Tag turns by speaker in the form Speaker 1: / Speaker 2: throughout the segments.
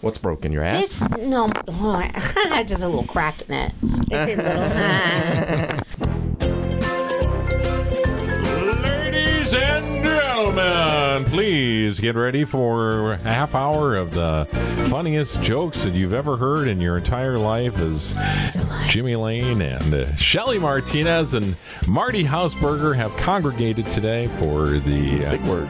Speaker 1: What's broken? Your ass?
Speaker 2: This no, just a little crack in it. Is it little?
Speaker 3: Ladies and gentlemen, please get ready for a half hour of the funniest jokes that you've ever heard in your entire life as Jimmy Lane and uh, Shelly Martinez and Marty Hausberger have congregated today for the uh,
Speaker 1: Big word.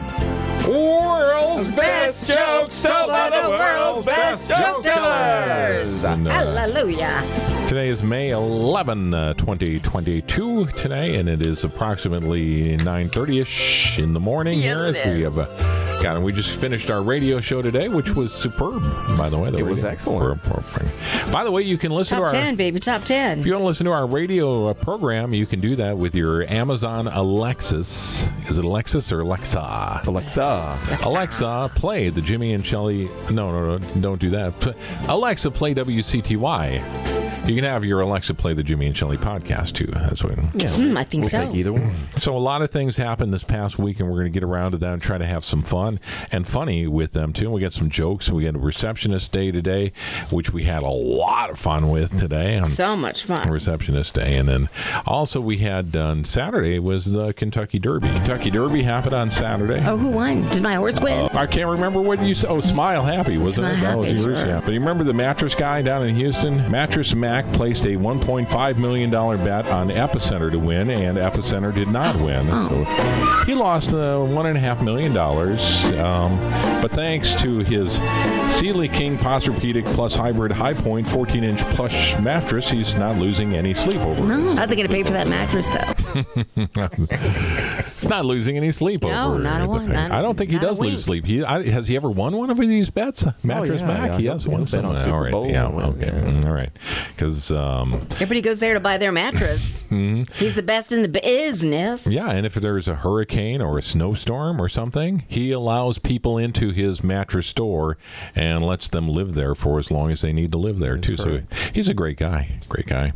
Speaker 3: World's Best Jokes Told by the World's Best Joke Tellers. And, uh,
Speaker 2: Hallelujah.
Speaker 3: Today is May 11, uh, 2022 today, and it is approximately 9.30ish in the morning
Speaker 4: Yes,
Speaker 3: here.
Speaker 4: it
Speaker 3: as We have
Speaker 4: is.
Speaker 3: uh, got, and we just finished our radio show today, which was superb, by the way. The
Speaker 1: It was
Speaker 3: radio-
Speaker 1: excellent.
Speaker 3: By the way, you can listen
Speaker 4: Top
Speaker 3: to our...
Speaker 4: 10, baby. Top
Speaker 3: If
Speaker 4: 10.
Speaker 3: you want to listen to our radio uh, program, you can do that with your Amazon Alexis. Is it Alexis or Alexa?
Speaker 1: Alexa.
Speaker 3: Alexa, play the Jimmy and Shelly. No, no, no, don't do that. P- Alexa, play WCTY. You can have your Alexa play the Jimmy and Shelly podcast too. That's what.
Speaker 4: Hmm, I think
Speaker 1: We'll
Speaker 4: so.
Speaker 1: take either one.
Speaker 3: So a lot of things happened this past week, and we're going to get around to that and try to have some fun and funny with them too. We got some jokes. We had a receptionist day today, which we had a lot of fun with today. on
Speaker 4: So much fun.
Speaker 3: receptionist day and then also we had on saturday was the kentucky derby kentucky derby happened on saturday
Speaker 4: Oh, who won? Did my horse win?
Speaker 3: I can't remember what you said. Oh, Smile Happy, wasn't it?
Speaker 4: Smile
Speaker 3: that was
Speaker 4: Happy,
Speaker 3: yours,
Speaker 4: sure.
Speaker 3: yeah. But you remember the mattress guy down in Houston? Mattress Mac placed a $1.5 million bet on Epicenter to win, and Epicenter did not
Speaker 4: Oh.
Speaker 3: win. So he lost uh, $1.5 million. Um, but thanks to his Sealy King Posturepedic Plus Hybrid High Point 14 inch plush mattress, he's not losing any sleep over it.
Speaker 4: No. How's it going to pay for that mattress, though?
Speaker 3: It's not losing any sleep
Speaker 4: No,
Speaker 3: over
Speaker 4: not a
Speaker 3: the
Speaker 4: one,
Speaker 3: thing.
Speaker 4: not-
Speaker 3: I don't think he
Speaker 4: not a
Speaker 3: does
Speaker 4: week.
Speaker 3: lose sleep. He I, has he ever won one of these bets? Mattress
Speaker 1: Oh, yeah,
Speaker 3: Mac,
Speaker 1: yeah,
Speaker 3: he
Speaker 1: he
Speaker 3: has
Speaker 1: won
Speaker 3: won
Speaker 1: a bet
Speaker 3: some.
Speaker 1: on Super
Speaker 3: All right,
Speaker 1: Bowl
Speaker 3: yeah,
Speaker 1: and won,
Speaker 3: okay,
Speaker 1: yeah.
Speaker 3: Mm, all right, because um,
Speaker 4: Everybody goes there to buy their mattress. He's the best in the business.
Speaker 3: yeah, and if there's a hurricane or a snowstorm or something, he allows people into his mattress store and lets them live there for as long as they need to live there too.
Speaker 1: correct.
Speaker 3: So he's a great guy, great guy.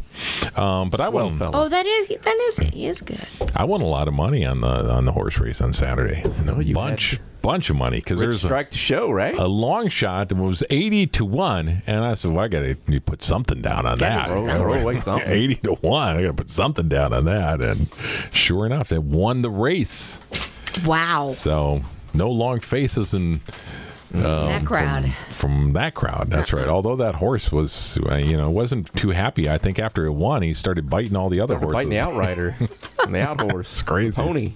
Speaker 3: Um, but I
Speaker 1: Well,
Speaker 3: won,
Speaker 1: fella.
Speaker 4: Oh, that is that is he is good.
Speaker 3: I won a lot of money on the on the horse race on Saturday.
Speaker 1: No, you
Speaker 3: bunch
Speaker 1: had-
Speaker 3: bunch of money because
Speaker 1: Rich
Speaker 3: there's a,
Speaker 1: strike to show, right?
Speaker 3: a long shot that was 80 to 1 and i said well i gotta put something down on that
Speaker 4: Gotta do something.
Speaker 1: Throw away something.
Speaker 3: 80 to 1 i gotta put something down on that and sure enough they won the race
Speaker 4: Wow.
Speaker 3: so no long faces and
Speaker 4: that crowd.
Speaker 3: from that crowd that's right although that horse was uh, you know wasn't too happy i think after it won he started biting all the other
Speaker 1: They're
Speaker 3: horses
Speaker 1: biting the outrider and the out horse.
Speaker 3: crazy.
Speaker 1: Pony.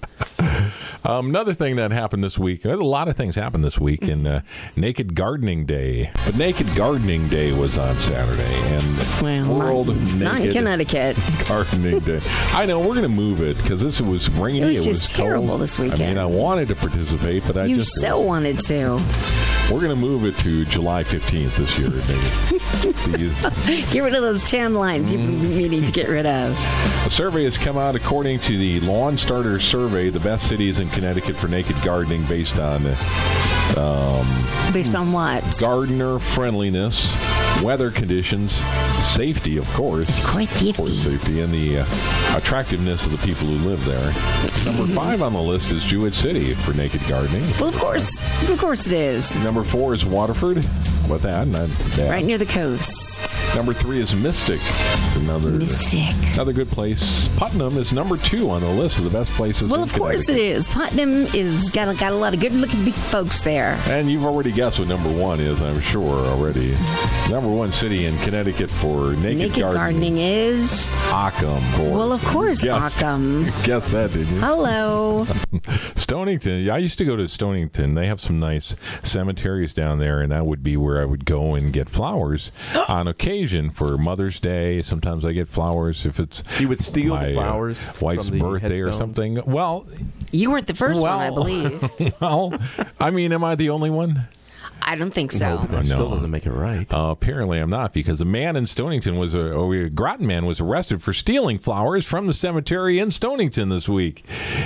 Speaker 3: Um, another thing that happened this week, there's a lot of things happened this week in uh, Naked Gardening Day. But Naked Gardening Day was on Saturday, and
Speaker 4: Well,
Speaker 3: World
Speaker 4: Not in
Speaker 3: Naked
Speaker 4: Connecticut.
Speaker 3: Gardening Day. I know, we're going to move it because this was rainy.
Speaker 4: It was just
Speaker 3: cold.
Speaker 4: terrible this
Speaker 3: I mean,
Speaker 4: weekend.
Speaker 3: I wanted to participate, but I
Speaker 4: You
Speaker 3: just.
Speaker 4: so wanted to.
Speaker 3: We're going to move it to July 15th this year. Maybe. The-
Speaker 4: Get rid of those tan lines you've been meaning to get rid of.
Speaker 3: A survey has come out according to the Lawn Starter Survey, the best cities in Connecticut for naked gardening based on. Uh,
Speaker 4: Based on what?
Speaker 3: gardener friendliness, weather conditions, safety, of course.
Speaker 4: Quite
Speaker 3: Of course,
Speaker 4: fifty.
Speaker 3: safety and the uh, attractiveness of the people who live there. Number five on the list is Jewett City for naked gardening.
Speaker 4: Well, of course. Of course it is.
Speaker 3: Number four is Waterford. With that, not bad.
Speaker 4: Right near the coast.
Speaker 3: Number three is Mystic. Another
Speaker 4: Mystic.
Speaker 3: another good place. Putnam is number two on the list of the best places.
Speaker 4: Well,
Speaker 3: in
Speaker 4: of course it
Speaker 3: Connecticut.
Speaker 4: is. Putnam is got a, got a lot of good looking big folks there.
Speaker 3: And you've already guessed what number one is, I'm sure already. Number one city in Connecticut for naked,
Speaker 4: Naked gardening is
Speaker 3: Occam. Boy.
Speaker 4: well, of course,
Speaker 3: Yes.
Speaker 4: Occam.
Speaker 3: Guess that, didn't you?
Speaker 4: Hello.
Speaker 3: Stonington. I used to go to Stonington. They have some nice cemeteries down there, and that would be where I would go and get flowers on occasion for Mother's Day. Sometimes I get flowers if it's
Speaker 1: You would steal the
Speaker 3: my, uh,
Speaker 1: flowers
Speaker 3: wife's
Speaker 1: from the
Speaker 3: birthday or
Speaker 1: headstones?
Speaker 3: something. Well,
Speaker 4: You weren't the first one, I
Speaker 3: Well.
Speaker 4: believe.
Speaker 3: well, I mean, am I the only one?
Speaker 4: I don't think so.
Speaker 1: That still
Speaker 3: no.
Speaker 1: doesn't make it right.
Speaker 3: Uh, apparently, I'm not because a man in Stonington was a, or a Groton man was arrested for stealing flowers from the cemetery in Stonington this week.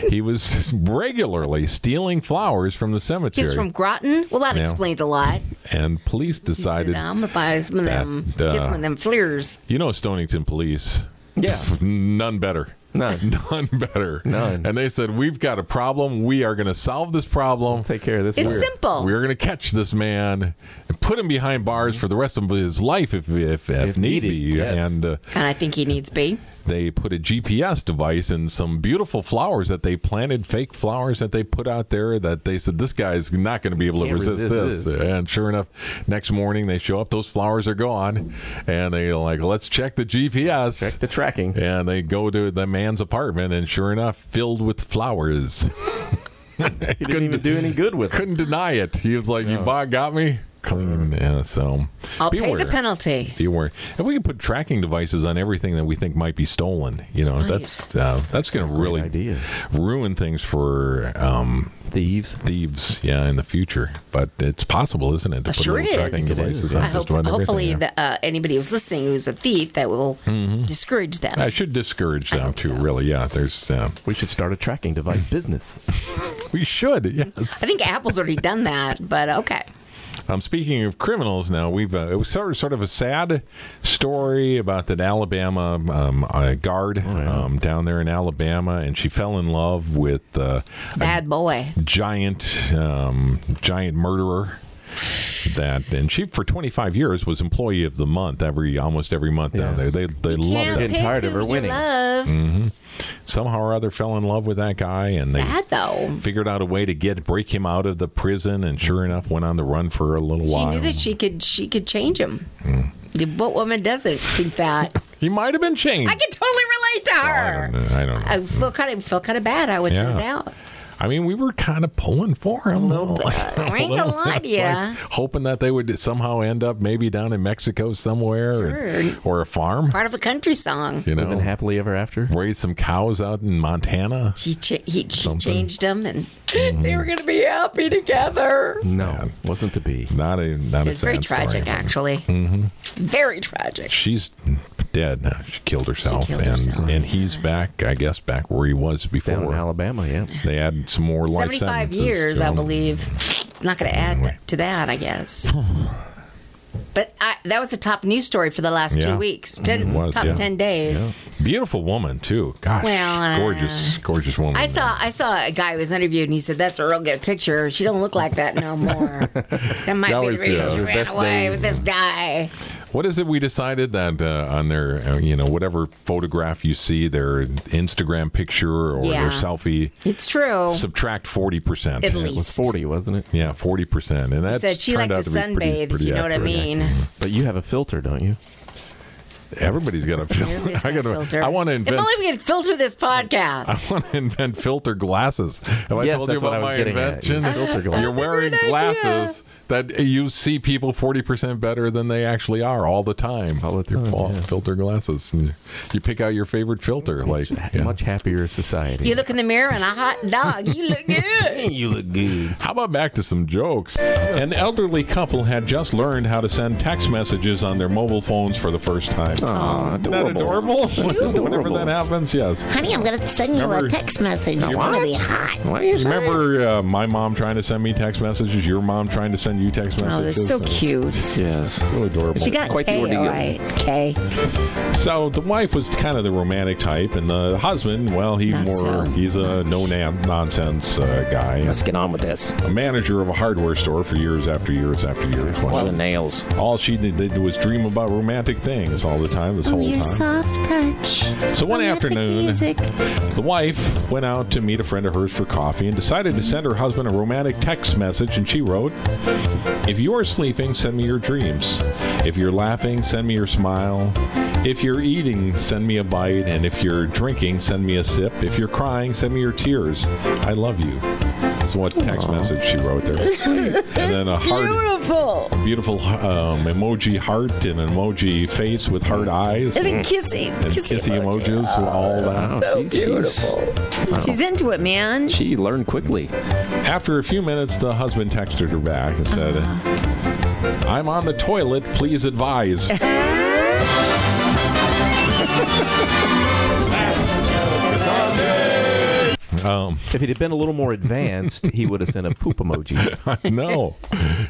Speaker 3: He was regularly stealing flowers from the cemetery,
Speaker 4: Kids from Groton. Well, that
Speaker 3: Yeah.
Speaker 4: explains a lot.
Speaker 3: and police
Speaker 4: He said,
Speaker 3: decided.
Speaker 4: I'm gonna buy some of
Speaker 3: that,
Speaker 4: them.
Speaker 3: uh,
Speaker 4: get some of them flares.
Speaker 3: You know, Stonington police.
Speaker 1: Yeah.
Speaker 3: None better.
Speaker 1: None.
Speaker 3: None better.
Speaker 1: None.
Speaker 3: And they said, We've got a problem. We are going to solve this problem.
Speaker 1: Take care of this.
Speaker 4: It's
Speaker 1: weird.
Speaker 4: simple.
Speaker 3: We're going to catch this man and put him behind bars for the rest of his life if, if, if, need
Speaker 1: Mm-hmm. needed,
Speaker 3: be.
Speaker 1: yes.
Speaker 3: And uh,
Speaker 4: And I think he needs be.
Speaker 3: they put a GPS device in some beautiful flowers that they planted, fake flowers that they put out there that they said, this guy's not going to be able to
Speaker 1: Can't
Speaker 3: resist,
Speaker 1: resist
Speaker 3: this.
Speaker 1: this.
Speaker 3: And sure enough, next morning they show up, those flowers are gone. And they're like, let's check the GPS.
Speaker 1: Check the tracking.
Speaker 3: And they go to the man's apartment, and sure enough, filled with flowers.
Speaker 1: He didn't even do any good with it.
Speaker 3: Couldn't deny it. He was like, "You bought, got me clean." Yeah, so
Speaker 4: I'll pay
Speaker 3: beware.
Speaker 4: the penalty.
Speaker 3: Beware. If we could put tracking devices on everything that we think might be stolen, you know, that's uh, that's going to really
Speaker 1: idea.
Speaker 3: ruin things for um,
Speaker 1: Thieves.
Speaker 3: thieves, yeah, in the future. But it's possible, isn't it? to
Speaker 4: Uh,
Speaker 3: put
Speaker 4: sure it
Speaker 3: little tracking
Speaker 4: is.
Speaker 3: devices on
Speaker 4: I
Speaker 3: just
Speaker 4: hope,
Speaker 3: about everything,
Speaker 4: hopefully,
Speaker 3: yeah. Mm-hmm.
Speaker 4: the, uh, anybody who's listening who's a thief, that will discourage them.
Speaker 3: I should discourage
Speaker 4: I
Speaker 3: them
Speaker 4: hope
Speaker 3: too.
Speaker 4: so.
Speaker 3: Really, yeah. There's, uh,
Speaker 1: We should start a tracking device business.
Speaker 3: we should, yes.
Speaker 4: I think Apple's already done that, but okay.
Speaker 3: Um, speaking of criminals, now we've uh, it was sort of, sort of a sad story about that Alabama um, uh, guard um, down there in Alabama, and she fell in love with uh, a
Speaker 4: Bad boy.
Speaker 3: giant um, giant murderer. That and she for 25 years was employee of the month every almost every month down
Speaker 1: Yeah.
Speaker 3: there. They they
Speaker 4: Can't
Speaker 3: loved it. Mm.
Speaker 1: Getting
Speaker 4: pick
Speaker 1: tired of
Speaker 4: who
Speaker 1: her
Speaker 4: you
Speaker 1: winning.
Speaker 4: Love.
Speaker 3: Somehow or other, fell in love with that guy, and they
Speaker 4: Sad though.
Speaker 3: figured out a way to get break him out of the prison. And sure enough, went on the run for a little
Speaker 4: She
Speaker 3: while.
Speaker 4: knew that she could. She could change him.
Speaker 3: Mm.
Speaker 4: What woman doesn't think that?
Speaker 3: he might have been changed.
Speaker 4: I can totally relate to
Speaker 3: I
Speaker 4: her.
Speaker 3: don't know. I don't know.
Speaker 4: I feel kind of feel kind of bad. I would turn it
Speaker 3: Yeah.
Speaker 4: out.
Speaker 3: I mean, we were kind of pulling for him. A
Speaker 4: little bit. I ain't gonna lie to ya.
Speaker 3: hoping that they would somehow end up maybe down in Mexico somewhere or-
Speaker 4: Sure.
Speaker 3: or, a farm,
Speaker 4: Part of a country song.
Speaker 3: you
Speaker 1: Living
Speaker 3: know,
Speaker 1: happily ever after.
Speaker 3: raise some cows out in Montana.
Speaker 4: She cha- he, she changed them, and
Speaker 3: Mm-hmm.
Speaker 4: they were going to be happy together.
Speaker 1: No, wasn't to be.
Speaker 3: Not a not
Speaker 4: It
Speaker 3: a
Speaker 4: was very
Speaker 3: sad
Speaker 4: tragic,
Speaker 3: story. Mm-hmm.
Speaker 4: actually. Very tragic.
Speaker 3: She's dead now. She killed herself,
Speaker 4: killed
Speaker 3: and
Speaker 4: herself,
Speaker 3: and he's back. I guess back where he was
Speaker 1: Down in
Speaker 3: before.
Speaker 1: Alabama, yeah.
Speaker 3: They had some more life
Speaker 4: Seventy-five
Speaker 3: sentences
Speaker 4: years,
Speaker 3: to
Speaker 4: I
Speaker 3: him.
Speaker 4: believe. It's not going to add
Speaker 3: Anyway.
Speaker 4: to that, I guess. But I, that was the top news story for the last
Speaker 3: Yeah. Mm-hmm.
Speaker 4: two weeks. Ten,
Speaker 3: was,
Speaker 4: top
Speaker 3: yeah.
Speaker 4: ten days.
Speaker 3: Beautiful woman too. Gosh,
Speaker 4: Well, uh,
Speaker 3: gorgeous, gorgeous woman.
Speaker 4: I saw I saw a guy who was interviewed, and he said, "That's a real good picture. She don't look like that no more." that might
Speaker 3: That
Speaker 4: be
Speaker 3: was, uh,
Speaker 4: the reason
Speaker 3: yeah,
Speaker 4: she
Speaker 1: her
Speaker 4: ran
Speaker 1: best
Speaker 4: away
Speaker 1: days.
Speaker 4: with this guy.
Speaker 3: What is it we decided that uh, on their, uh, you know, whatever photograph you see, their Instagram picture or
Speaker 4: Yeah.
Speaker 3: their selfie,
Speaker 4: It's true.
Speaker 3: subtract 40%.
Speaker 4: At
Speaker 1: It was
Speaker 4: least.
Speaker 1: 40, wasn't it?
Speaker 3: Yeah, 40%. And that's
Speaker 4: said she
Speaker 3: turned
Speaker 4: liked to
Speaker 3: out be pretty-
Speaker 4: sunbathe,
Speaker 3: pretty
Speaker 4: if you know what I
Speaker 3: accurate.
Speaker 4: mean.
Speaker 1: But you have a filter, don't you?
Speaker 3: Everybody's got a filter.
Speaker 4: Everybody's
Speaker 3: I,
Speaker 4: got a
Speaker 3: gotta-
Speaker 4: filter.
Speaker 3: I want to
Speaker 4: If
Speaker 3: invent.
Speaker 4: only we could filter this podcast.
Speaker 3: want to invent filter glasses. Have I
Speaker 1: Yes,
Speaker 3: told you
Speaker 1: that's what I
Speaker 3: about
Speaker 1: was
Speaker 3: my
Speaker 1: getting at.
Speaker 3: invention?
Speaker 1: Filter glasses.
Speaker 3: You're
Speaker 1: That's a
Speaker 3: wearing
Speaker 4: great idea.
Speaker 3: glasses that you see people 40% better than they actually are all the time.
Speaker 1: All the
Speaker 3: They're
Speaker 1: time,
Speaker 3: all
Speaker 1: yes.
Speaker 3: filter glasses. You pick out your favorite filter. Like, yeah.
Speaker 1: Much happier society.
Speaker 4: You look in the mirror and a hot dog. You look good.
Speaker 1: you look good.
Speaker 3: How about back to some jokes? An elderly couple had just learned how to send text messages on their mobile phones for the first time. Isn't that adorable? Whenever that happens, yes.
Speaker 2: Honey, I'm going to send you
Speaker 3: Remember-
Speaker 2: a text message. It's going to be hot.
Speaker 3: Remember uh, my mom trying to send me text messages, your mom trying to send you text messages?
Speaker 4: Oh, they're so
Speaker 3: Uh,
Speaker 4: cute.
Speaker 1: Yes.
Speaker 3: So adorable.
Speaker 4: She got
Speaker 1: Quite the
Speaker 4: K,
Speaker 1: ordeal.
Speaker 4: all right. K.
Speaker 3: so the wife was kind of the romantic type, and the husband, well, he
Speaker 4: Not
Speaker 3: more
Speaker 4: so.
Speaker 3: he's a no nam nonsense uh, guy,
Speaker 5: Let's get on with this.
Speaker 3: a manager of a hardware store for years after years after years.
Speaker 5: One of the nails.
Speaker 3: All she did did was dream about romantic things all the time, this
Speaker 2: Oh,
Speaker 3: whole
Speaker 2: your
Speaker 3: time.
Speaker 2: soft touch.
Speaker 3: So one
Speaker 2: Romantic
Speaker 3: afternoon,
Speaker 2: Music.
Speaker 3: the wife went out to meet a friend of hers for coffee and decided to send her husband a romantic text message. And she wrote, If you are sleeping, send me your dreams. If you're laughing, send me your smile. If you're eating, send me a bite. And if you're drinking, send me a sip. If you're crying, send me your tears. I love you. That's what text message she wrote there. and then a heart
Speaker 4: Beautiful.
Speaker 3: beautiful um, emoji heart and an emoji face with heart eyes
Speaker 4: And then
Speaker 3: and,
Speaker 4: kissy.
Speaker 3: kissy,
Speaker 4: Kissy, emoji.
Speaker 3: emojis, all
Speaker 1: Oh,
Speaker 3: that.
Speaker 4: Oh,
Speaker 5: so
Speaker 4: She's into it, man.
Speaker 5: she learned quickly.
Speaker 3: After a few minutes, the husband texted her back and said, "I'm on the toilet. Please advise." Um,
Speaker 1: If he'd have been a little more advanced, he would have sent a poop emoji.
Speaker 3: no,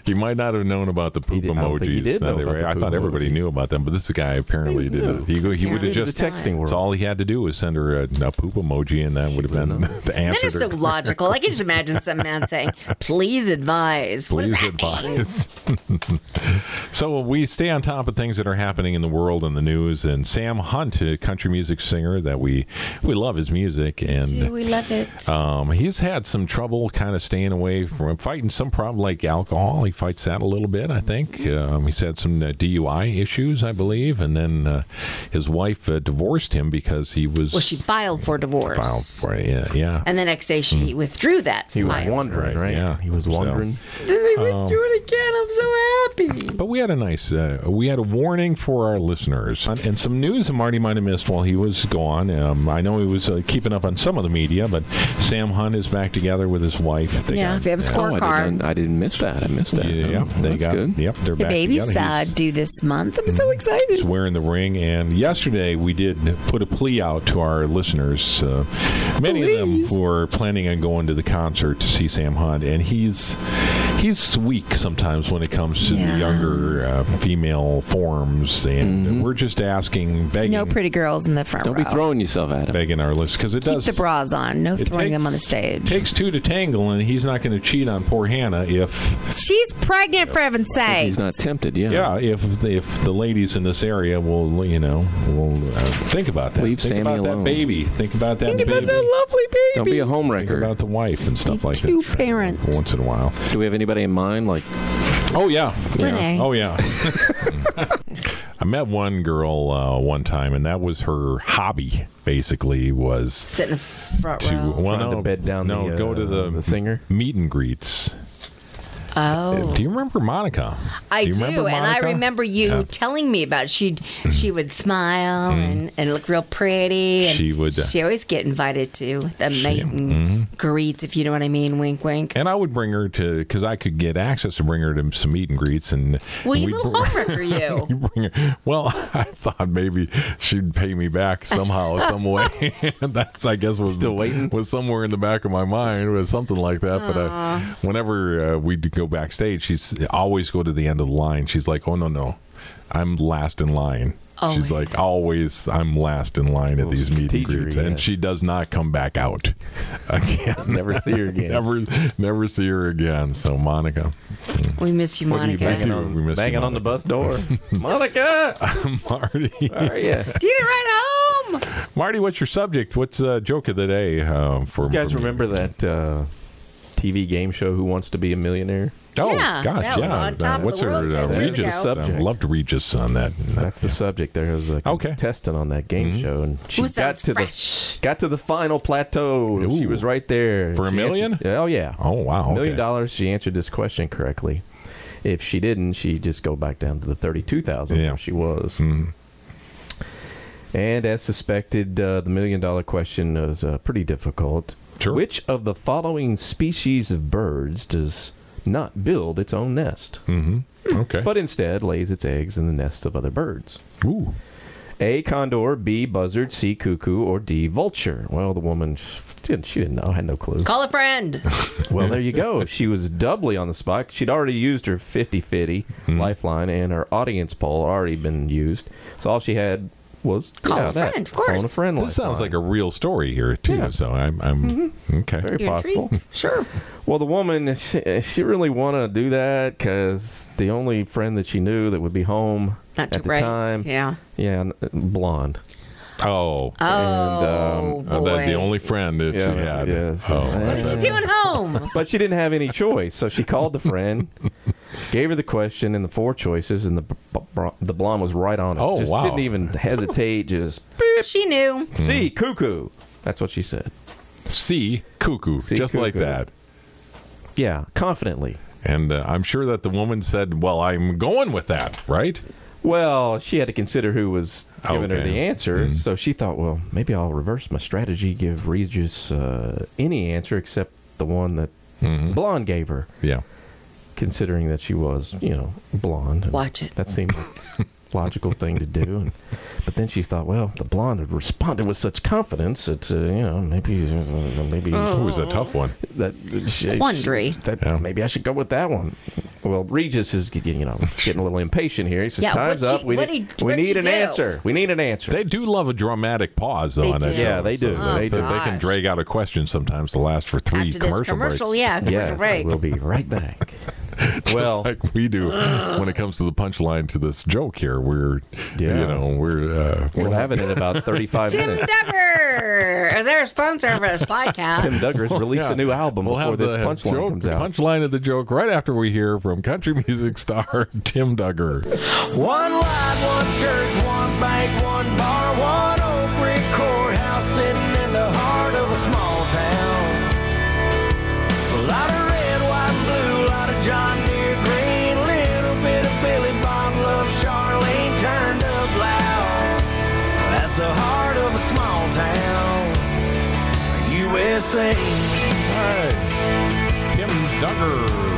Speaker 3: you might not have known about the poop
Speaker 1: He did- I don't
Speaker 3: emojis.
Speaker 1: think he did
Speaker 3: uh,
Speaker 1: know
Speaker 3: they
Speaker 1: about
Speaker 3: were-
Speaker 1: the
Speaker 3: I
Speaker 1: poop
Speaker 3: thought everybody
Speaker 1: emoji.
Speaker 3: knew about them, but this guy apparently
Speaker 1: He's new.
Speaker 3: didn't. He, go- he would have
Speaker 4: New to
Speaker 3: just
Speaker 1: the texting world.
Speaker 3: That's all he had to do was send her a, a poop emoji, and that would have been the
Speaker 4: Men
Speaker 3: answer.
Speaker 4: are so
Speaker 3: to-
Speaker 4: logical. I can just imagine some man saying, "Please advise." What does
Speaker 3: Please
Speaker 4: that mean?
Speaker 3: advise. so uh, we stay on top of things that are happening in the world and the news. And Sam Hunt, a country music singer that we we love his music, and
Speaker 4: Do we love it?
Speaker 3: Um, he's had some trouble kind of staying away from fighting some problem like alcohol. He fights that a little bit, I think.
Speaker 4: Mm-hmm.
Speaker 3: Um, he's had some uh, DUI issues, I believe. And then uh, his wife uh, divorced him because he was
Speaker 4: well, she filed for divorce,
Speaker 3: filed for it. Yeah. yeah.
Speaker 4: and the next day she withdrew that.
Speaker 1: He was
Speaker 4: file.
Speaker 1: wondering,
Speaker 3: Right,
Speaker 1: right?
Speaker 3: yeah.
Speaker 1: He was
Speaker 3: So-
Speaker 1: wondering.
Speaker 4: Then
Speaker 3: Um,
Speaker 4: they withdrew it again. I'm so happy.
Speaker 3: But we had a nice, uh, we had a warning for our listeners, and some news that Marty might have missed while he was gone. Um, I know he was uh, keeping up on some of the media, but Sam Hunt is back together with his wife. They
Speaker 4: Yeah,
Speaker 3: got- uh,
Speaker 4: if you have a
Speaker 5: Oh, I
Speaker 4: scorecard,
Speaker 5: didn't, I didn't miss that. I missed that.
Speaker 3: yeah,
Speaker 5: Oh,
Speaker 3: they
Speaker 5: that's
Speaker 3: got,
Speaker 5: good.
Speaker 3: yep, they're
Speaker 4: the
Speaker 3: back
Speaker 4: baby's
Speaker 3: together.
Speaker 4: uh,
Speaker 3: He's- Mm-hmm.
Speaker 4: due this month. I'm so excited.
Speaker 3: is wearing the ring. And yesterday we did put a plea out to our listeners. Uh, many of
Speaker 4: Please.
Speaker 3: them were planning on going to the concert to see Sam Hunt, and he's he's weak sometimes when it comes to
Speaker 4: Yeah.
Speaker 3: the younger uh, female forms. And we're just asking, begging,
Speaker 4: No pretty girls in the front
Speaker 5: Don't
Speaker 4: row.
Speaker 5: be throwing yourself at him.
Speaker 3: begging our listeners because it
Speaker 4: Keep
Speaker 3: does
Speaker 4: the bras on. No
Speaker 3: it
Speaker 4: throwing them
Speaker 3: takes-
Speaker 4: on the stage.
Speaker 3: Takes two to tangle, and he's not going to cheat on poor Hannah if
Speaker 4: She's pregnant, for heaven's sake.
Speaker 5: He's not tempted. Yeah.
Speaker 3: Yeah, if the, if the ladies in this area will, you know, will uh, think about that.
Speaker 5: Leave
Speaker 3: think
Speaker 5: Sammy
Speaker 3: about that
Speaker 5: alone.
Speaker 3: baby. Think about that baby.
Speaker 4: lovely baby.
Speaker 5: Don't be a
Speaker 3: think
Speaker 5: homewrecker.
Speaker 3: about the wife and stuff
Speaker 4: Be
Speaker 3: like
Speaker 4: two
Speaker 3: that.
Speaker 4: parents.
Speaker 3: Once in a while.
Speaker 5: Do we have anybody in mind? Like,
Speaker 3: Oh yeah.
Speaker 4: Renee.
Speaker 3: Yeah. Oh yeah. I met one girl uh, one time, and that was her hobby. Basically, was
Speaker 4: Sit in the front
Speaker 3: to
Speaker 4: row.
Speaker 3: well,
Speaker 1: Trying to
Speaker 3: no,
Speaker 1: bed down
Speaker 3: No,
Speaker 1: the, uh,
Speaker 3: go to the,
Speaker 1: the singer?
Speaker 3: meet and greets.
Speaker 4: Oh,
Speaker 3: Do you remember Monica?
Speaker 4: I
Speaker 3: do,
Speaker 4: do,
Speaker 3: you remember
Speaker 4: and I
Speaker 3: Monica?
Speaker 4: remember you
Speaker 3: Yeah. Mm-hmm.
Speaker 4: telling me about. She would she would smile and, and look real pretty. And
Speaker 3: She would, uh, Mm-hmm.
Speaker 4: She always get invited to the meet and greets, if you know what I mean. Wink, wink.
Speaker 3: And I would bring her to because I could get access to bring her to some meet and greets, and
Speaker 4: well,
Speaker 3: and
Speaker 4: you
Speaker 3: we'd
Speaker 4: little
Speaker 3: br-
Speaker 4: homewrecker, you.
Speaker 3: you bring her. Well, I thought maybe she'd pay me back somehow, some way. That's I guess was
Speaker 1: Still waiting?
Speaker 3: was somewhere in the back of my mind was something like that. But uh, whenever uh, we'd go backstage, she's always go to the end of the line. She's like, "Oh no, no, I'm last in line." She's
Speaker 1: Oh,
Speaker 4: Always.
Speaker 3: like, always, I'm last in line at
Speaker 1: Little
Speaker 3: these meet and
Speaker 1: strategery,
Speaker 3: greets, and
Speaker 1: yes.
Speaker 3: she does not come back out again.
Speaker 1: Never see her again.
Speaker 3: never, never see her again. So Monica,
Speaker 4: We miss you,
Speaker 1: What are you
Speaker 4: Monica.
Speaker 1: banging
Speaker 3: do, we
Speaker 1: on,
Speaker 3: miss you,
Speaker 1: banging on the
Speaker 3: Monica.
Speaker 1: bus door? Monica!
Speaker 3: Marty,
Speaker 1: Where are you?
Speaker 4: Do you run home?
Speaker 3: Marty, what's your subject? What's uh, joke of the day uh, for
Speaker 1: You guys
Speaker 3: for-
Speaker 1: remember that uh, TV game show, Who Wants to Be a Millionaire?
Speaker 3: Oh
Speaker 4: Yeah,
Speaker 3: gosh,
Speaker 4: that
Speaker 3: yeah. Uh,
Speaker 4: was on top of
Speaker 3: What's
Speaker 4: the world
Speaker 3: her
Speaker 4: 10
Speaker 1: years
Speaker 3: Regis?
Speaker 1: ago. Subject.
Speaker 3: I loved Regis on that.
Speaker 1: That's the subject. There was a
Speaker 3: Okay. Mm-hmm.
Speaker 1: contestant on that game show, and she
Speaker 4: Who
Speaker 1: got
Speaker 4: sounds
Speaker 1: to
Speaker 4: fresh?
Speaker 1: the got to the final plateau. She
Speaker 3: Ooh.
Speaker 1: was right there
Speaker 3: For a
Speaker 1: She
Speaker 3: million?
Speaker 1: answered- oh yeah.
Speaker 3: Oh, wow,
Speaker 1: Million
Speaker 3: okay.
Speaker 1: dollars. She answered this question correctly. If she didn't, she just go back down to the thirty-two thousand
Speaker 3: Yeah.
Speaker 1: where she was.
Speaker 3: Mhm.
Speaker 1: And as suspected, uh, the million-dollar question was uh, pretty difficult.
Speaker 3: Sure.
Speaker 1: Which of the following species of birds does not build its own nest,
Speaker 3: Mm-hmm. Okay.
Speaker 1: but instead lays its eggs in the nests of other birds?
Speaker 3: Ooh.
Speaker 1: A condor, B buzzard, C cuckoo, or D vulture. Well, the woman sh- didn't. She didn't know. Had no clue.
Speaker 4: Call a friend.
Speaker 1: Well, there you go. She was doubly on the spot. She'd already used her 50-50
Speaker 4: Hmm.
Speaker 1: lifeline, and her audience poll had already been used. So all she had was
Speaker 4: Call
Speaker 1: yeah,
Speaker 4: a
Speaker 1: that.
Speaker 4: friend, of
Speaker 1: Phone a
Speaker 4: course.
Speaker 1: friend.
Speaker 3: This sounds like
Speaker 1: lifeline.
Speaker 3: a real story here too.
Speaker 1: Yeah.
Speaker 3: So I'm, I'm
Speaker 4: Mm-hmm.
Speaker 3: okay.
Speaker 1: very
Speaker 4: You're
Speaker 1: possible.
Speaker 4: intrigued? Sure.
Speaker 1: Well, the woman she, she really wanted to do that because the only friend that she knew that would be home
Speaker 4: Not too
Speaker 1: at the
Speaker 4: bright.
Speaker 1: time.
Speaker 4: Yeah.
Speaker 1: yeah, n- blonde.
Speaker 3: Oh,
Speaker 1: um,
Speaker 4: Oh
Speaker 1: And,
Speaker 3: uh,
Speaker 4: boy.
Speaker 3: that the only friend that
Speaker 1: Yeah,
Speaker 3: she had.
Speaker 1: yes.
Speaker 3: Oh,
Speaker 1: Yeah.
Speaker 3: I
Speaker 4: What's she
Speaker 3: bet.
Speaker 4: doing home?
Speaker 1: But she didn't have any choice, so she called the friend, gave her the question and the four choices, and the b- b- the blonde was right on it.
Speaker 3: Oh,
Speaker 1: just
Speaker 3: wow. Mm.
Speaker 1: Didn't even hesitate. Just
Speaker 4: she knew.
Speaker 1: see cuckoo. That's what she said.
Speaker 3: C cuckoo,
Speaker 1: C,
Speaker 3: just like
Speaker 1: cuckoo.
Speaker 3: that.
Speaker 1: Yeah, confidently.
Speaker 3: And uh, I'm sure that the woman said, "Well, I'm going with that, right?"
Speaker 1: Well, she had to consider who was giving her
Speaker 3: Okay. Mm-hmm.
Speaker 1: the answer, so she thought, well, maybe I'll reverse my strategy, give Regis uh, any answer except the one that
Speaker 3: Mm-hmm.
Speaker 1: the blonde gave her,
Speaker 3: Yeah.
Speaker 1: considering that she was, you know, blonde.
Speaker 4: Watch it.
Speaker 1: That seemed like a logical thing to do. And, but then she thought, well, the blonde had responded with such confidence that, uh, you know, maybe, uh, maybe
Speaker 3: It was a tough one.
Speaker 1: that, that she-
Speaker 4: Oh. Quandary.
Speaker 1: that-
Speaker 3: Yeah.
Speaker 1: maybe I should go with that one. Well, Regis is getting, you know getting a little impatient here. He says,
Speaker 4: Yeah,
Speaker 1: "Time's
Speaker 4: what'd
Speaker 1: up.
Speaker 4: you-
Speaker 1: we
Speaker 4: what'd
Speaker 1: need,
Speaker 4: he-
Speaker 1: we
Speaker 4: what'd
Speaker 1: need
Speaker 4: you
Speaker 1: an
Speaker 4: do?"
Speaker 1: answer. We need an answer."
Speaker 3: They do love a dramatic pause though
Speaker 4: They
Speaker 3: on that
Speaker 4: do.
Speaker 3: show.
Speaker 1: Yeah, they do.
Speaker 3: So
Speaker 1: Oh,
Speaker 3: they, so they can
Speaker 4: gosh.
Speaker 3: drag out a question sometimes to last for three
Speaker 4: After
Speaker 3: commercial
Speaker 4: this commercial,
Speaker 3: breaks.
Speaker 4: yeah, commercial
Speaker 1: yes,
Speaker 4: break.
Speaker 1: we'll be right back.
Speaker 3: Just
Speaker 1: well,
Speaker 3: like we do when it comes to the punchline to this joke here, we're you
Speaker 1: Yeah.
Speaker 3: know we're uh,
Speaker 1: we'll have it in about 35
Speaker 4: Tim
Speaker 1: minutes.
Speaker 4: Duggar is our sponsor for this
Speaker 1: Tim
Speaker 4: podcast.
Speaker 1: Duggars released
Speaker 3: yeah.
Speaker 1: a new album
Speaker 3: we'll
Speaker 1: before
Speaker 3: have
Speaker 1: this
Speaker 3: the
Speaker 1: punchline
Speaker 3: joke-
Speaker 1: comes out.
Speaker 3: Punchline of the joke right after we hear from country music star Tim Duggar.
Speaker 6: One live, one church, one bank, one bar, one old brick courthouse sitting in the heart of a small town. A lot of red, white, and blue, a lot of John Deere green, little bit of Billy Bob, love Charlene turned up loud. That's the heart of a small town, USA.
Speaker 3: Tim Duggar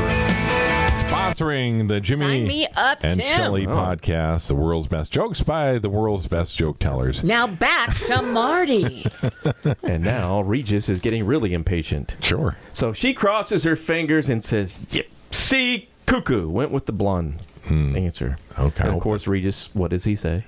Speaker 3: sponsoring the Jimmy
Speaker 4: Sign me up,
Speaker 3: and
Speaker 4: Tim.
Speaker 3: Shelley
Speaker 1: Oh.
Speaker 3: podcast, the world's best jokes by the world's best joke tellers.
Speaker 4: Now back to Marty.
Speaker 1: And now Regis is getting really impatient.
Speaker 3: Sure.
Speaker 1: So she crosses her fingers and says, "Yep, see, cuckoo went with the blonde answer."
Speaker 3: Hmm. Okay.
Speaker 1: And of course, Regis, what does he say?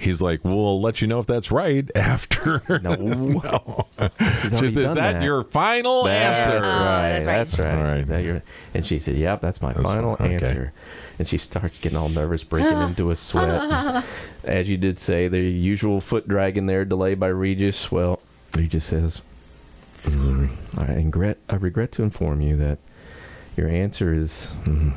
Speaker 3: He's like, we'll let you know if that's right after.
Speaker 1: No, He's
Speaker 3: Just,
Speaker 1: already
Speaker 3: is
Speaker 1: done
Speaker 3: that, your final
Speaker 1: That's
Speaker 3: answer?
Speaker 1: right.
Speaker 4: that's
Speaker 1: that's
Speaker 4: right.
Speaker 1: right.
Speaker 3: All right.
Speaker 1: Is that your- and she said, "Yep, that's my final
Speaker 3: okay.
Speaker 1: answer." And she starts getting all nervous, breaking into a sweat. As you did say, the usual foot dragging there, delay by Regis. Well, Regis says, "Mm,
Speaker 4: Sorry.
Speaker 1: "I regret. I regret to inform you that your answer is." mm,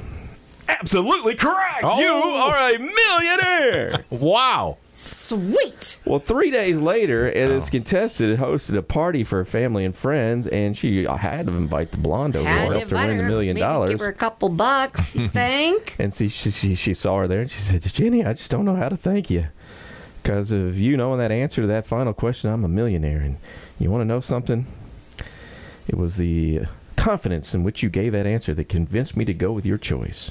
Speaker 1: Absolutely correct. You
Speaker 3: Oh.
Speaker 1: are a millionaire.
Speaker 3: Wow.
Speaker 4: Sweet.
Speaker 1: Well, three days later, it is contested hosted a party for her family and friends, and she had to invite the blonde over
Speaker 4: Had
Speaker 1: to
Speaker 4: to
Speaker 1: help her
Speaker 4: invite
Speaker 1: win the
Speaker 4: her,
Speaker 1: million
Speaker 4: maybe
Speaker 1: dollars.
Speaker 4: Give her a couple bucks, you think?
Speaker 1: And see, she, she she saw her there, and she said, "Jenny, I just don't know how to thank you, because of you knowing that answer to that final question, I'm a millionaire. And you want to know something? It was the confidence in which you gave that answer that convinced me to go with your choice."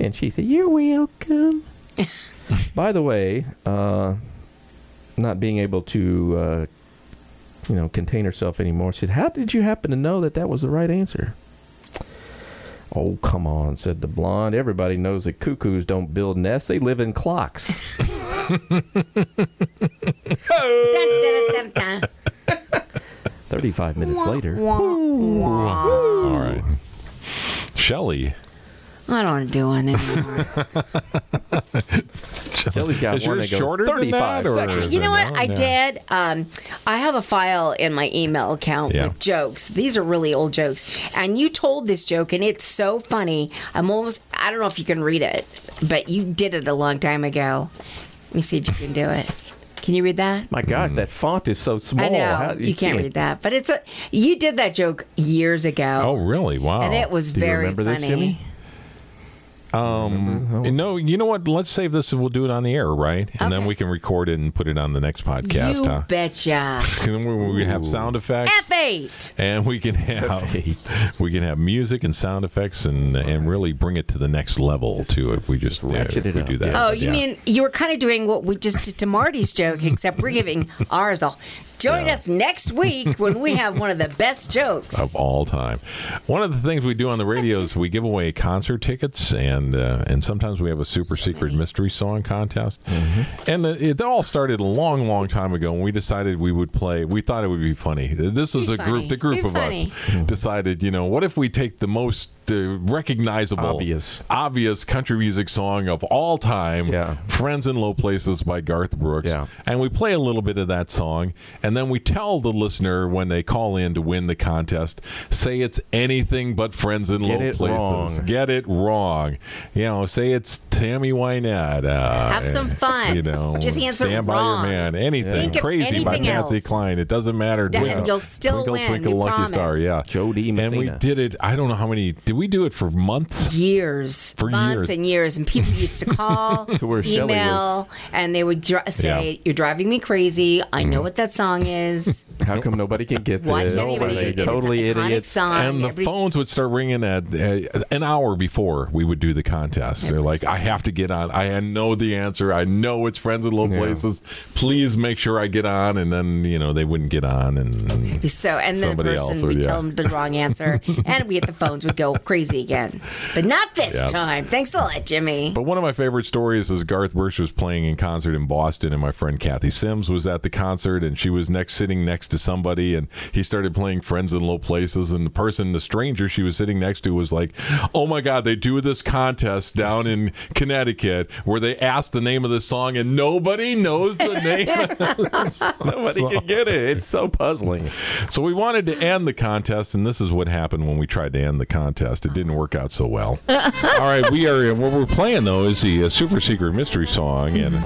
Speaker 1: And she said, "You're welcome." By the way, uh, not being able to, uh, you know, contain herself anymore, she said, "How did you happen to know that that was the right answer?" Oh, come on, said the blonde. Everybody knows that cuckoos don't build nests, they live in clocks.
Speaker 4: Dun, dun, dun, dun, dun.
Speaker 1: 35 minutes later.
Speaker 4: Wah, wah.
Speaker 3: All right. Shelly.
Speaker 4: I don't want to do one anymore.
Speaker 1: Kelly's got
Speaker 3: Is
Speaker 1: one that
Speaker 3: yours
Speaker 1: goes
Speaker 3: shorter than
Speaker 1: 35
Speaker 3: that, or
Speaker 1: seconds.
Speaker 3: is
Speaker 4: you
Speaker 3: it-
Speaker 4: know what?
Speaker 3: no?
Speaker 4: I
Speaker 3: No.
Speaker 4: did. Um, I have a file in my email account
Speaker 3: Yeah.
Speaker 4: with jokes. These are really old jokes. And you told this joke, and it's so funny. I'm almost, I don't know if you can read it, but you did it a long time ago. Let me see if you can do it. Can you read that?
Speaker 1: My gosh, that font is so small.
Speaker 4: I know.
Speaker 1: Oh, How-
Speaker 4: you, can't, read that. But it's a, you did that joke years ago.
Speaker 3: Oh, really? Wow.
Speaker 4: and it was
Speaker 1: Do you
Speaker 4: very
Speaker 1: remember
Speaker 4: funny.
Speaker 1: this, Jimmy? Oh.
Speaker 3: No, you know what? Let's save this and we'll do it on the air, right? And then
Speaker 4: Okay.
Speaker 3: we can record it and put it on the next podcast,
Speaker 4: you
Speaker 3: huh?
Speaker 4: betcha.
Speaker 3: Then we, we have sound effects.
Speaker 4: F8.
Speaker 3: and we can have we can have music and sound effects and and really bring it to the next level too if we just, yeah,
Speaker 1: ratchet
Speaker 3: if
Speaker 1: it
Speaker 3: we
Speaker 1: up,
Speaker 3: do that.
Speaker 1: yeah.
Speaker 4: Oh, you
Speaker 3: Yeah.
Speaker 4: mean you were kind of doing what we just did to Marty's joke, except we're giving ours all. Join
Speaker 3: Yeah.
Speaker 4: us next week when we have one of the best jokes.
Speaker 3: of all time. One of the things we do on the radio is we give away concert tickets, and uh, and sometimes we have a super secret mystery song contest.
Speaker 4: Mm-hmm.
Speaker 3: And the, it all started a long, long time ago, and we decided we would play. We thought it would be funny. This is
Speaker 4: Be
Speaker 3: a
Speaker 4: funny.
Speaker 3: group. The group
Speaker 4: Be
Speaker 3: of
Speaker 4: funny.
Speaker 3: us decided, you know, what if we take the most uh, recognizable,
Speaker 1: Obvious.
Speaker 3: obvious country music song of all time,
Speaker 1: Yeah.
Speaker 3: "Friends in Low Places" by Garth Brooks,
Speaker 1: Yeah.
Speaker 3: and we play a little bit of that song, and then we tell the listener when they call in to win the contest, say it's anything but friends in
Speaker 1: Get
Speaker 3: low
Speaker 1: it
Speaker 3: places.
Speaker 1: wrong.
Speaker 3: Get it wrong. You know, say it's Tammy Wynette. Uh,
Speaker 4: Have some fun.
Speaker 3: You know,
Speaker 4: Just answer
Speaker 3: Stand
Speaker 4: wrong.
Speaker 3: by your man. Anything
Speaker 4: Think of
Speaker 3: crazy by
Speaker 4: anything
Speaker 3: Patsy
Speaker 4: else.
Speaker 3: Cline. It doesn't matter.
Speaker 4: That- you'll still
Speaker 3: twinkle,
Speaker 4: win,
Speaker 3: Twinkle,
Speaker 4: we
Speaker 3: lucky
Speaker 4: promise.
Speaker 3: star. Yeah,
Speaker 1: Jody
Speaker 3: And we
Speaker 1: Messina.
Speaker 3: did it. I don't know how many. Did we do it for months?
Speaker 4: Years,
Speaker 3: For
Speaker 4: months
Speaker 3: years.
Speaker 4: and years, and people used to call, to
Speaker 1: where Shelley
Speaker 4: email, and they would dr- say,
Speaker 3: Yeah. Mm-hmm.
Speaker 4: "You're driving me crazy. I know what that song is.
Speaker 1: How come nobody can get
Speaker 4: Why
Speaker 1: this?
Speaker 4: can't anybody
Speaker 1: They're
Speaker 4: get
Speaker 1: totally
Speaker 4: this iconic
Speaker 1: idiots.
Speaker 4: song?"
Speaker 3: and the
Speaker 4: Everybody-
Speaker 3: phones would start ringing at uh, an hour before we would do the contest. They're like, "I have to get on. I know the answer. I know it's friends in low places. Please make sure I get on." And then you know they wouldn't get on, and
Speaker 4: So, and then the
Speaker 3: Somebody else
Speaker 4: person
Speaker 3: would,
Speaker 4: would
Speaker 3: yeah.
Speaker 4: tell them the wrong answer, and we at the phones would go, crazy again. But not this
Speaker 3: Yeah.
Speaker 4: time. Thanks a lot, Jimmy.
Speaker 3: But one of my favorite stories is Garth Brooks was playing in concert in Boston, and my friend Kathy Sims was at the concert, and she was next sitting next to somebody, and he started playing "Friends in Low Places," and the person, the stranger she was sitting next to, was like, "Oh my God, they do this contest down in Connecticut where they ask the name of the song, and nobody knows the name." of the song."
Speaker 1: Nobody can get it. It's so puzzling.
Speaker 3: So we wanted to end the contest, and this is what happened when we tried to end the contest. It didn't work out so well. All right, we are. What we're playing though is the uh, super secret mystery song, and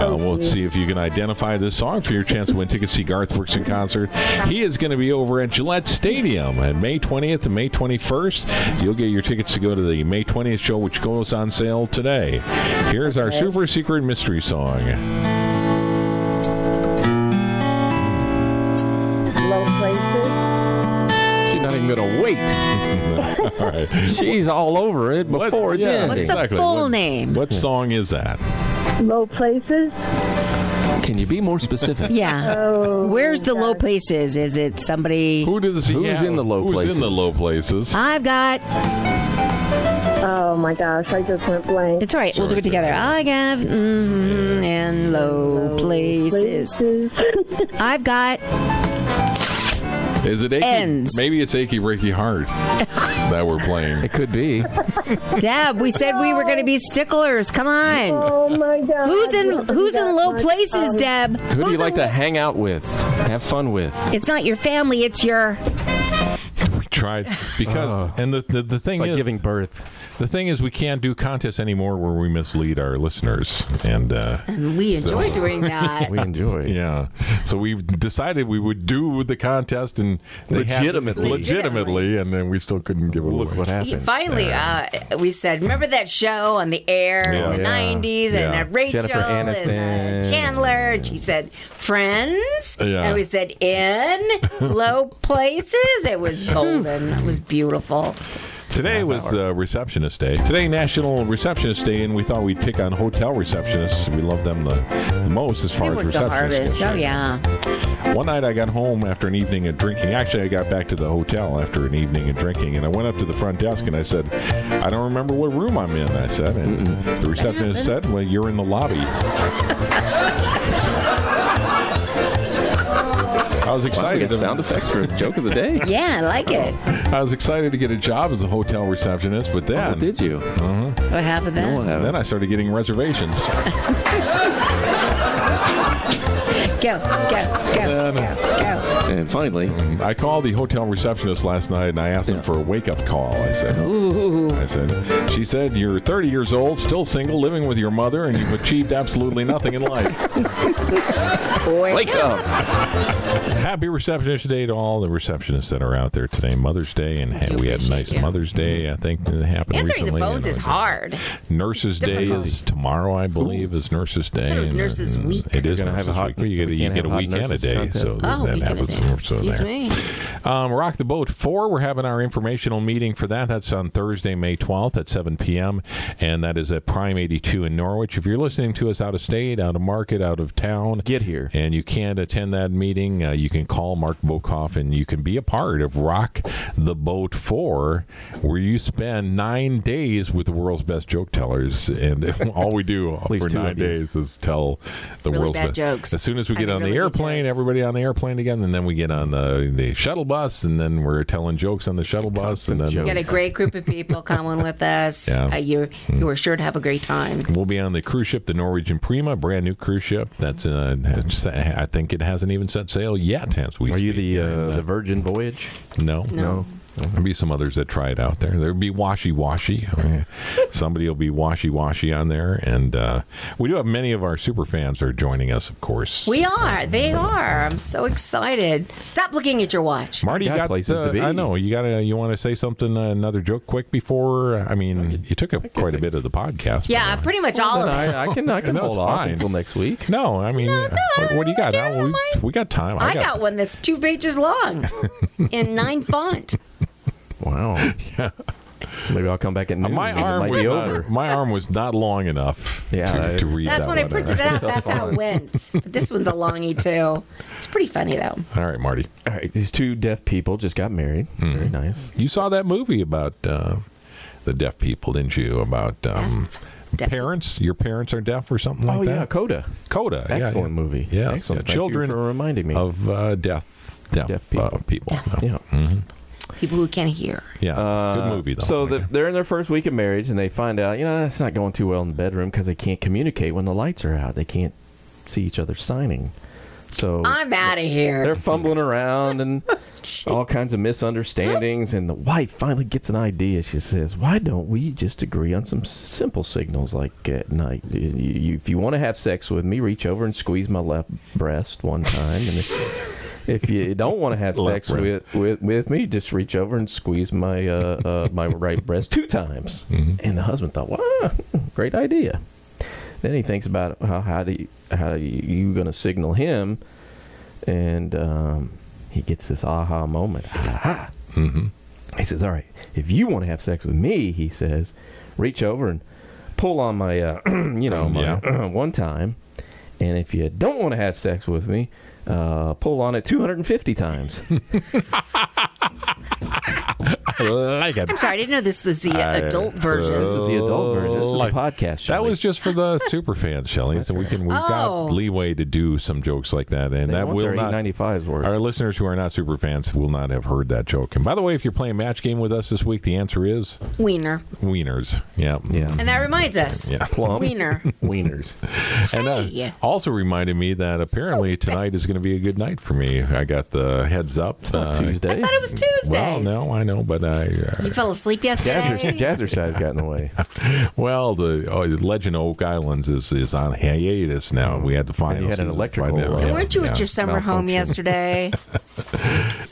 Speaker 3: uh, we'll see if you can identify this song for your chance to win tickets to see Garth Brooks in concert. He is going to be over at Gillette Stadium on May 20th and May 21st. You'll get your tickets to go to the May 20th show, which goes on sale today. Here's our super secret mystery song.
Speaker 7: Low places.
Speaker 5: She's not even gonna wait.
Speaker 3: All right.
Speaker 5: She's all over it
Speaker 3: What-
Speaker 5: before it's
Speaker 3: yeah,
Speaker 5: ending.
Speaker 4: the
Speaker 3: exactly.
Speaker 4: full
Speaker 3: What-
Speaker 4: name?
Speaker 3: What song is that?
Speaker 7: Low places.
Speaker 5: Can you be more specific?
Speaker 4: Yeah.
Speaker 7: Oh,
Speaker 4: Where's the low places? Is it somebody?
Speaker 3: Who does he
Speaker 5: Who's
Speaker 3: have?
Speaker 5: in the low
Speaker 3: Who's
Speaker 5: places?
Speaker 3: in the low places?
Speaker 4: I've got.
Speaker 7: oh my gosh, I just went blank.
Speaker 4: It's all right. We'll do it together. I got mm, and low places. I've got.
Speaker 3: Is it Achy?
Speaker 4: Ends.
Speaker 3: Maybe it's Achy Ricky Hart that we're playing.
Speaker 5: It could be.
Speaker 4: Deb, we said we were going to be sticklers. Come on.
Speaker 7: Oh my gosh.
Speaker 4: Who's in Who's in low places, Deb?
Speaker 5: Who do you like to hang out with? Have fun with?
Speaker 4: It's not your family. It's your.
Speaker 3: We tried because, and the the, the thing
Speaker 1: Uh, Like
Speaker 3: is,
Speaker 1: giving birth.
Speaker 3: the thing is, we can't do contests anymore where we mislead our listeners, and uh,
Speaker 4: We enjoy doing that.
Speaker 1: We enjoy it.
Speaker 3: yeah, so we decided we would do the contest and they had-
Speaker 1: Legitimately.
Speaker 3: legitimately, and then we still couldn't give it
Speaker 1: Look
Speaker 3: away.
Speaker 1: what happened.
Speaker 4: Finally, uh, we said, remember that show on the air in
Speaker 3: Yeah.
Speaker 4: the
Speaker 3: Yeah.
Speaker 4: 90s and
Speaker 3: Yeah.
Speaker 4: uh, Rachel
Speaker 1: Jennifer
Speaker 4: and uh,
Speaker 1: Aniston.
Speaker 4: Chandler? And she said, friends?
Speaker 3: Yeah.
Speaker 4: And we said, in low places? It was golden. it was beautiful.
Speaker 3: Today was uh, Receptionist Day. Today, National Receptionist Day, and we thought we'd pick on hotel receptionists. We love them the, the most as
Speaker 4: They
Speaker 3: far as
Speaker 4: worked
Speaker 3: receptionists.
Speaker 4: the hardest.
Speaker 3: go.
Speaker 4: Oh, yeah.
Speaker 3: One night I got home after an evening of drinking. Actually, I got back to the hotel after an evening of drinking, and I went up to the front desk and I said, "I don't remember what room I'm in." I said, and the receptionist said, "Well, you're in the lobby." I was
Speaker 5: We
Speaker 3: excited.
Speaker 5: got sound effects for joke of the day.
Speaker 4: Yeah, I like it.
Speaker 3: I was excited to get a job as a hotel receptionist, but
Speaker 5: Oh,
Speaker 3: then
Speaker 5: did you?
Speaker 4: What happened
Speaker 5: Oh,
Speaker 4: then?
Speaker 5: uh,
Speaker 3: then I started getting reservations.
Speaker 4: Go, go, go, go.
Speaker 5: and finally,
Speaker 3: I called the hotel receptionist last night and I asked them for a wake up call. I said, I said, she said, you're 30 years old, still single, living with your mother, and you've achieved absolutely nothing in life.
Speaker 5: wake up.
Speaker 3: Happy Receptionist Day to all the receptionists that are out there today. Mother's Day, and ha-
Speaker 4: do
Speaker 3: we had a
Speaker 4: appreciate
Speaker 3: nice
Speaker 4: you.
Speaker 3: Mother's Day, I think, that happened
Speaker 4: Answering the
Speaker 3: recently,
Speaker 4: phones
Speaker 3: and
Speaker 4: is
Speaker 3: I-
Speaker 4: hard.
Speaker 3: Nurses
Speaker 4: It's
Speaker 3: Day
Speaker 4: difficult.
Speaker 3: is tomorrow, I believe, is Nurses Day.
Speaker 4: it was
Speaker 3: and, uh,
Speaker 4: Nurses
Speaker 3: and
Speaker 4: Week.
Speaker 3: It is
Speaker 1: We're gonna have
Speaker 3: Nurses
Speaker 1: a hot-
Speaker 3: Week, but you get,
Speaker 1: we
Speaker 3: you
Speaker 1: can't
Speaker 3: get a
Speaker 1: have hot
Speaker 3: weekend a
Speaker 1: nurses
Speaker 3: day,
Speaker 1: contest.
Speaker 3: so
Speaker 4: Oh,
Speaker 3: that
Speaker 4: we could have
Speaker 3: happens.
Speaker 4: done.
Speaker 3: so
Speaker 4: Excuse
Speaker 3: there.
Speaker 4: me.
Speaker 3: Um, Rock the Boat 4, we're having our informational meeting for that. That's on Thursday, May 12th at 7 p.m., and that is at Prime 82 in Norwich. If you're listening to us out of state, out of market, out of town,
Speaker 1: Get here.
Speaker 3: and you can't attend that meeting, uh, you can call Mark Bokoff and you can be a part of Rock the Boat 4, where you spend nine days with the world's best joke tellers. And all we do
Speaker 1: least
Speaker 3: for
Speaker 1: two of
Speaker 3: nine
Speaker 1: you.
Speaker 3: days is tell the
Speaker 4: Really
Speaker 3: world's
Speaker 4: bad
Speaker 3: best
Speaker 4: jokes.
Speaker 3: As soon as we
Speaker 4: I
Speaker 3: get
Speaker 4: mean,
Speaker 3: on the
Speaker 4: really good
Speaker 3: airplane,
Speaker 4: jokes.
Speaker 3: every everybody on the airplane again, and then we get on the, the shuttle bus, and then we're telling jokes on the shuttle bus, and then
Speaker 1: Constant
Speaker 4: You got a great group of people coming with us.
Speaker 3: Yeah. Hmm.
Speaker 4: Uh, you you were sure to have a great time.
Speaker 3: we'll be on the cruise ship, the Norwegian Prima, brand new cruise ship. That's uh, it's- I think it hasn't even set sail yet. As we
Speaker 1: Are you
Speaker 3: speak.
Speaker 1: the uh, the Virgin Voyage?
Speaker 3: no no. There'll be some others that try it out there. There'll be washy washy. Somebody will be washy washy on there, and uh, we do have many of our super fans are joining us, of course.
Speaker 4: We are. They are. I'm so excited. Stop looking at your watch.
Speaker 3: Marty
Speaker 1: Got places
Speaker 3: uh,
Speaker 1: to be.
Speaker 3: I know you got. to You want to say something, uh, another joke, quick before? I mean, you took up quite a bit of the podcast.
Speaker 4: Yeah, pretty much
Speaker 3: Uh,
Speaker 4: all of them.
Speaker 1: I, I can I can
Speaker 3: That's
Speaker 1: hold off
Speaker 3: fine.
Speaker 1: until next week.
Speaker 3: No, I mean,
Speaker 4: it's all right.
Speaker 3: what, what do you got?
Speaker 4: I don't
Speaker 3: Now, we,
Speaker 4: mind.
Speaker 3: we got time.
Speaker 4: I got one that's two pages long in nine font.
Speaker 1: Wow. Maybe I'll come back at noon.
Speaker 3: My
Speaker 1: and it
Speaker 3: arm
Speaker 1: might
Speaker 3: was
Speaker 1: be
Speaker 3: not,
Speaker 1: over.
Speaker 3: my arm was not long enough
Speaker 1: Yeah,
Speaker 3: to,
Speaker 1: I-
Speaker 3: to read
Speaker 4: That's
Speaker 3: that
Speaker 4: when I
Speaker 3: one.
Speaker 4: printed it out. That's how it
Speaker 1: fine.
Speaker 4: went. But this one's a longie too. It's pretty funny though.
Speaker 3: All right, Marty.
Speaker 1: All right, these two deaf people just got married.
Speaker 3: Hmm.
Speaker 1: Very nice.
Speaker 3: You saw that movie about uh, the deaf people, didn't you? About um,
Speaker 4: Deaf.
Speaker 3: parents. Your parents are deaf or something like
Speaker 1: Oh yeah,
Speaker 3: that.
Speaker 1: Coda.
Speaker 3: Coda. Uh, yeah,
Speaker 1: Excellent
Speaker 3: yeah.
Speaker 1: movie.
Speaker 3: Yeah,
Speaker 1: Excellent. Thank
Speaker 3: yeah.
Speaker 1: you
Speaker 3: Children
Speaker 1: for reminding me.
Speaker 3: of uh, deaf, deaf,
Speaker 1: Deaf
Speaker 3: people.
Speaker 1: people.
Speaker 3: Uh, people.
Speaker 4: Deaf.
Speaker 3: Yeah.
Speaker 1: yeah.
Speaker 4: People who can't hear.
Speaker 3: Yes.
Speaker 1: Uh,
Speaker 3: Good movie though.
Speaker 1: So the,
Speaker 3: Okay.
Speaker 1: they're in their first week of marriage, and they find out, you know, it's not going too well in the bedroom because they can't communicate when the lights are out. They can't see each other signing. So
Speaker 4: I'm out of
Speaker 1: they're
Speaker 4: here.
Speaker 1: fumbling around and
Speaker 4: Jeez.
Speaker 1: all kinds of misunderstandings. And the wife finally gets an idea. She says, "Why don't we just agree on some simple signals like at night? You- you- If you want to have sex with me, reach over and squeeze my left breast one time, and." If, if you don't want to have
Speaker 3: Left
Speaker 1: sex
Speaker 3: breast.
Speaker 1: with, with with me, just reach over and squeeze my uh, uh, my right breast two times.
Speaker 3: Mm-hmm.
Speaker 1: And the husband thought, "Wow, great idea." Then he thinks about how, how do you, how are you going to signal him, and um, he gets this aha moment. Aha! Mm-hmm. He says, "All right, if you want to have sex with me," he says, "reach over and pull on my, uh, you know, my,
Speaker 3: Yeah.
Speaker 1: one time." And if you don't want to have sex with me, uh, pull on it 250 times.
Speaker 3: I like it.
Speaker 4: I'm sorry, I didn't know this was the
Speaker 3: I-
Speaker 4: adult version.
Speaker 1: this is the adult version. This is the
Speaker 3: Like-
Speaker 1: podcast show.
Speaker 3: That was just for the super fans, Shelley. So we can we've
Speaker 4: Oh.
Speaker 3: got leeway to do some jokes like that, and
Speaker 1: they
Speaker 3: that
Speaker 1: want
Speaker 3: will
Speaker 1: their
Speaker 3: not.
Speaker 1: 895s worth.
Speaker 3: Our listeners who are not super fans will not have heard that joke. And by the way, if you're playing match game with us this week, the answer is
Speaker 4: Wiener.
Speaker 3: wieners. Yeah,
Speaker 1: Yeah.
Speaker 4: And that reminds us.
Speaker 3: Yeah.
Speaker 1: Plum.
Speaker 4: Wiener.
Speaker 1: Wieners.
Speaker 3: And uh,
Speaker 4: Hey.
Speaker 3: also reminded me that apparently tonight is going to be a good night for me. I got the heads up. uh,
Speaker 1: Tuesday.
Speaker 4: I thought it was Tuesdays.
Speaker 3: Well, no, I know, but I. Uh,
Speaker 4: You fell asleep
Speaker 1: Jazzer,
Speaker 4: yesterday.
Speaker 1: Jazzercise got in the way.
Speaker 3: well, the oh, the Legend of Oak Islands is, is on hiatus now. We had the final.
Speaker 1: had an
Speaker 3: season
Speaker 1: electrical,
Speaker 3: right now.
Speaker 1: uh,
Speaker 3: Yeah,
Speaker 4: Weren't you at
Speaker 3: yeah.
Speaker 4: your summer home
Speaker 1: malfunction.
Speaker 4: yesterday?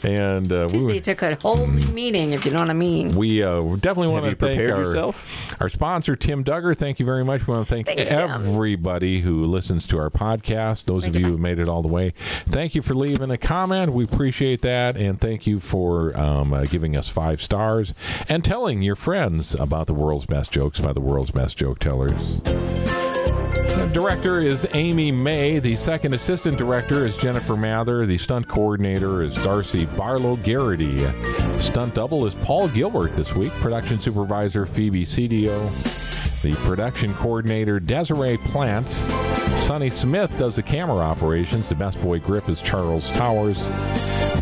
Speaker 3: And uh, we
Speaker 4: Tuesday took a whole new meaning, if you know what I mean.
Speaker 3: We uh, definitely want
Speaker 1: Have
Speaker 3: to
Speaker 1: you
Speaker 3: thank
Speaker 1: prepared
Speaker 3: our,
Speaker 1: yourself?
Speaker 3: our sponsor, Tim Duggar. Thank you very much. We want to thank
Speaker 4: Thanks, Tim.
Speaker 3: everybody who listens to our podcast. Those
Speaker 4: Thank
Speaker 3: of
Speaker 4: you.
Speaker 3: you who made it all the way, thank you for leaving a comment. We appreciate that, and thank you for um, uh, giving us five stars and telling your friends about the world's best jokes by the world's best joke tellers. The director is Amy May. The second assistant director is Jennifer Mather. The stunt coordinator is Darcy Barlow Garrity. Stunt double is Paul Gilbert this week. Production supervisor Phoebe Cedio. The production coordinator Desiree Plant. Sonny Smith does the camera operations. The best boy grip is Charles Towers.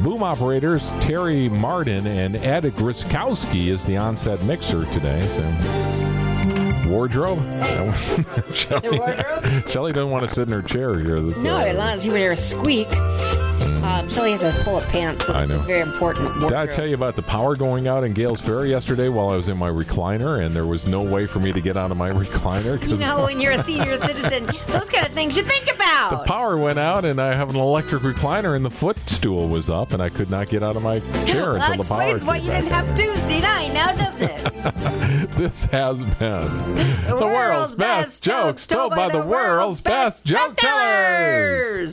Speaker 3: Boom operators Terry Martin and Ed Griskowski is the onset mixer today. So. Wardrobe?
Speaker 4: The wardrobe?
Speaker 3: Shelly doesn't want to sit in her chair here. This,
Speaker 4: No,
Speaker 3: uh,
Speaker 4: as long as you hear a squeak. Um, Shelly has a pull of pants. So
Speaker 3: I
Speaker 4: this is
Speaker 3: know.
Speaker 4: very important.
Speaker 3: Did I tell you about the power going out in Gales Ferry yesterday while I was in my recliner and there was no way for me to get out of my recliner
Speaker 4: You
Speaker 3: because
Speaker 4: know, when you're a senior citizen, those kind of things you think
Speaker 3: the
Speaker 4: about.
Speaker 3: power went out and I have an electric recliner and the footstool was up and I could not get out of my chair
Speaker 4: that
Speaker 3: until the power
Speaker 4: explains why
Speaker 3: came
Speaker 4: you didn't
Speaker 3: back
Speaker 4: have Tuesday night now, doesn't it? The,
Speaker 3: on. This has been the world's best jokes told by the world's best joke tellers.